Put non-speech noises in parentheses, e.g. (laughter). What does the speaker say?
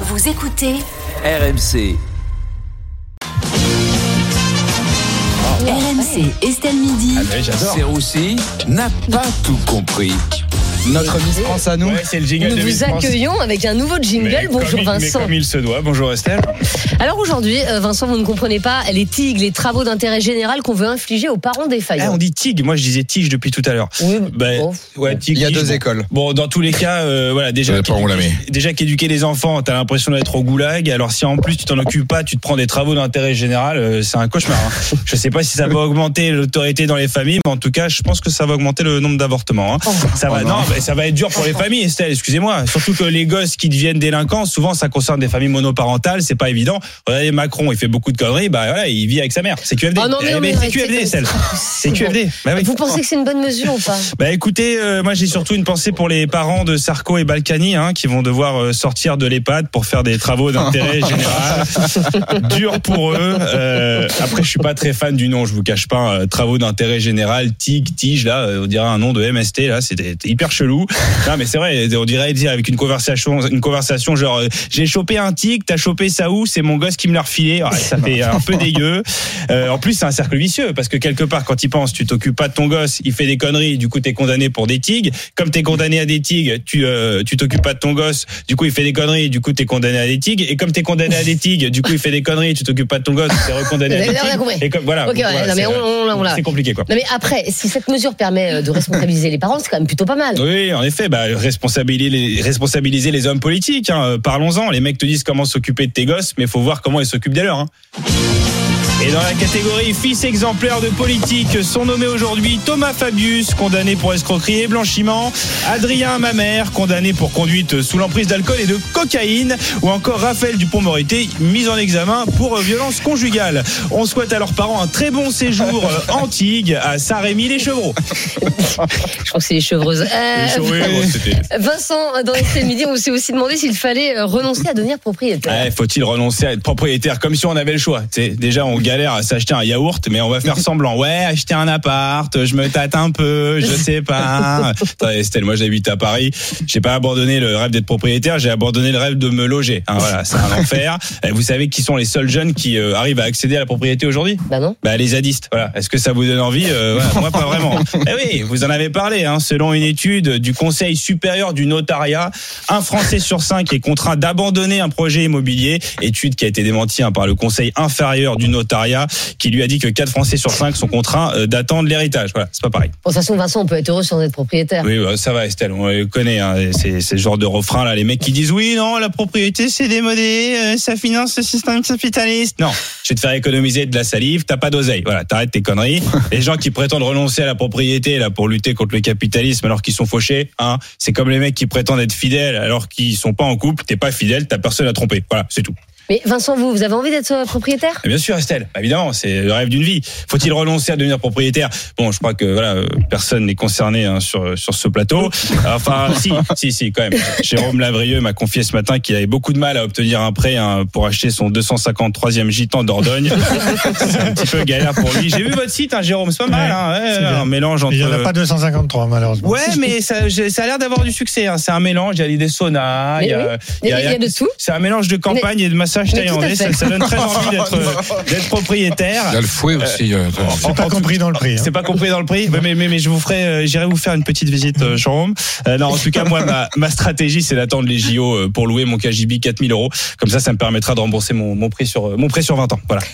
Vous écoutez RMC. RMC Estelle Midi. Oui, j'adore. Serroussi n'a pas tout compris. Notre Miss France à nous. Ouais, c'est le jingle Nous de Miss vous France. accueillons avec un nouveau Mais jingle. comme Bonjour il- Vincent. Mais comme il se doit. Bonjour Estelle. Alors aujourd'hui, euh, Vincent, vous ne comprenez pas les TIG, les travaux d'intérêt général qu'on veut infliger aux parents Ah, on défaillants. dit tig. Moi, je disais tige depuis tout à l'heure. hein. Oui, Ben, bon. ouais, tig, Il y a tige, deux bon. écoles. Bon, dans tous les cas, euh, voilà, déjà, Ça dépend où on la met. déjà qu'éduquer les enfants, t'as l'impression d'être au goulag. Alors si en plus tu t'en occupes pas, tu te prends des travaux d'intérêt général, euh, c'est un cauchemar. (laughs) hein. Je sais pas si ça va augmenter l'autorité dans les familles, mais en tout cas, je pense que ça va augmenter le nombre d'avortements. Oh. hein. Ça Oh va, non, mais ça va être dur pour les familles, Estelle. Excusez-moi. Surtout que les gosses qui deviennent délinquants, souvent, ça concerne des familles monoparentales. C'est pas évident. Regardez Macron, il fait beaucoup de conneries. Bah voilà, il vit avec sa mère. C'est QFD. Oh non, mais Eh, non, mais c'est arrêtez, QFD, c'est- Estelle. C'est Bon. QFD. Bah oui. Vous pensez que c'est une bonne mesure ou pas Bah écoutez, euh, moi j'ai surtout une pensée pour les parents de Sarko et Balkany hein, qui vont devoir euh, sortir de l'EHPAD pour faire des travaux (laughs) d'intérêt général. Dur pour eux. Euh, après, je suis pas très fan du nom, je vous cache pas. euh, travaux d'intérêt général, TIG, tige là, euh, on dirait un nom de MST là, c'était hyper chelou. Non mais c'est vrai, on dirait dire avec une conversation, une conversation genre euh, j'ai chopé un tic, t'as chopé ça où C'est mon gosse qui me l'a refilé. Ah, ça fait un peu dégueu. Euh, en plus, c'est un cercle vicieux parce que quelque part, quand il pense, tu t'occupes pas de ton gosse, il fait des conneries, du coup, t'es condamné pour des tigues. Comme t'es condamné à des tigues, tu euh, tu t'occupes pas de ton gosse, du coup, il fait des conneries, du coup, t'es condamné à des tigues. Et comme t'es condamné à des tigues, du coup, il fait des conneries, tu t'occupes pas de ton gosse, t'es recondamné à (laughs) des Là, on a tigues. compris. Et comme voilà, Ok, ouais, voilà, non, mais c'est, on- on- on- on l'a. c'est compliqué quoi. Non mais après, si cette mesure permet euh, de responsabiliser les parents, c'est quand même plutôt pas mal. Oui, en effet, bah, responsabiliser, les, responsabiliser les hommes politiques. hein, euh, Parlons-en. Les mecs te disent comment s'occuper de tes gosses, mais faut voir comment ils s'occupent des leurs. hein. Et dans la catégorie fils exemplaires de politique sont nommés aujourd'hui Thomas Fabius, condamné pour escroquerie et blanchiment, Adrien Mamère, condamné pour conduite sous l'emprise d'alcool et de cocaïne, ou encore Raphaël Dupont-Moretti, mis en examen pour euh, violence conjugale. On souhaite à leurs parents un très bon séjour euh, Antigues à Saint-Rémy-les-Chevreaux. Je crois que c'est les chevreuses. Euh, (laughs) Vincent, euh, dans Estelle Midi, on s'est aussi demandé s'il fallait euh, renoncer à devenir propriétaire. Ouais, Eh, faut-il renoncer à être propriétaire comme si on avait le choix tu sais, Déjà, on galère à s'acheter un yaourt, mais on va faire semblant. Ouais, acheter un appart, je me tâte un peu, je sais pas. Attends, Estelle, moi j'habite à Paris. J'ai pas abandonné le rêve d'être propriétaire, j'ai abandonné le rêve de me loger. Hein, voilà, c'est un enfer. Et vous savez qui sont les seuls jeunes qui euh, arrivent à accéder à la propriété aujourd'hui Bah non. bah, les zadistes, voilà. Est-ce que ça vous donne envie Euh, voilà, Moi, pas vraiment. Eh oui, vous en avez parlé. Hein. Selon une étude du Conseil supérieur du notariat, un Français sur cinq est contraint d'abandonner un projet immobilier. Étude qui a été démentie hein, par le Conseil inférieur du notariat, qui lui a dit que quatre Français sur cinq sont contraints euh, d'attendre l'héritage. Voilà, c'est pas pareil. Bon, de toute façon, Vincent, on peut être heureux sans être propriétaire. Oui, bah, ça va, Estelle, on les connaît. Hein, c'est ce genre de refrain là, les mecs qui disent oui, non, la propriété c'est démodé, euh, ça finance le système capitaliste. Non, je vais te faire économiser de la salive, t'as pas d'oseille. Voilà, t'arrêtes tes conneries. les gens qui prétendent renoncer à la propriété là pour lutter contre le capitalisme alors qu'ils sont fauchés, hein, c'est comme les mecs qui prétendent être fidèles alors qu'ils sont pas en couple. T'es pas fidèle, t'as personne à tromper. Voilà, c'est tout. Mais Vincent, vous, vous avez envie d'être euh, propriétaire Et bien sûr, Estelle, bah, évidemment, c'est le rêve d'une vie. Faut-il renoncer à devenir propriétaire Bon, je crois que voilà, euh, personne n'est concerné hein, sur sur ce plateau. (laughs) Enfin, si, si, si, quand même. Jérôme Lavrieux m'a confié ce matin qu'il avait beaucoup de mal à obtenir un prêt hein, pour acheter son 253e gitan d'Ordogne. (laughs) c'est un petit peu galère pour lui. J'ai vu votre site, hein, Jérôme, c'est pas mal. hein, ouais, c'est bien. un mélange entre. Il n'y en a pas 253, malheureusement. euh, Ouais, mais ça, j'ai- ça a l'air d'avoir du succès. hein. C'est un mélange. Il y a l'idée sauna. Mais Il y oui. a, Il y a- il y a de tout. C'est un mélange de campagne et de massage mais tout à thaïlandais. Ça, fait. ça donne (laughs) très envie d'être euh, d'être propriétaire. Il y a le fouet aussi. euh, C'est pas compris dans le prix. hein. C'est pas compris dans le prix, mais, mais, mais, mais je vous ferai, euh, j'irai vous faire une petite visite, euh, Jérôme. Euh, non, en tout cas, moi, ma, ma stratégie, c'est d'attendre les JO euh, pour louer mon KGB 4000 euros. Comme ça, ça me permettra de rembourser mon, mon prêt sur, euh, mon prêt sur 20 ans. Voilà.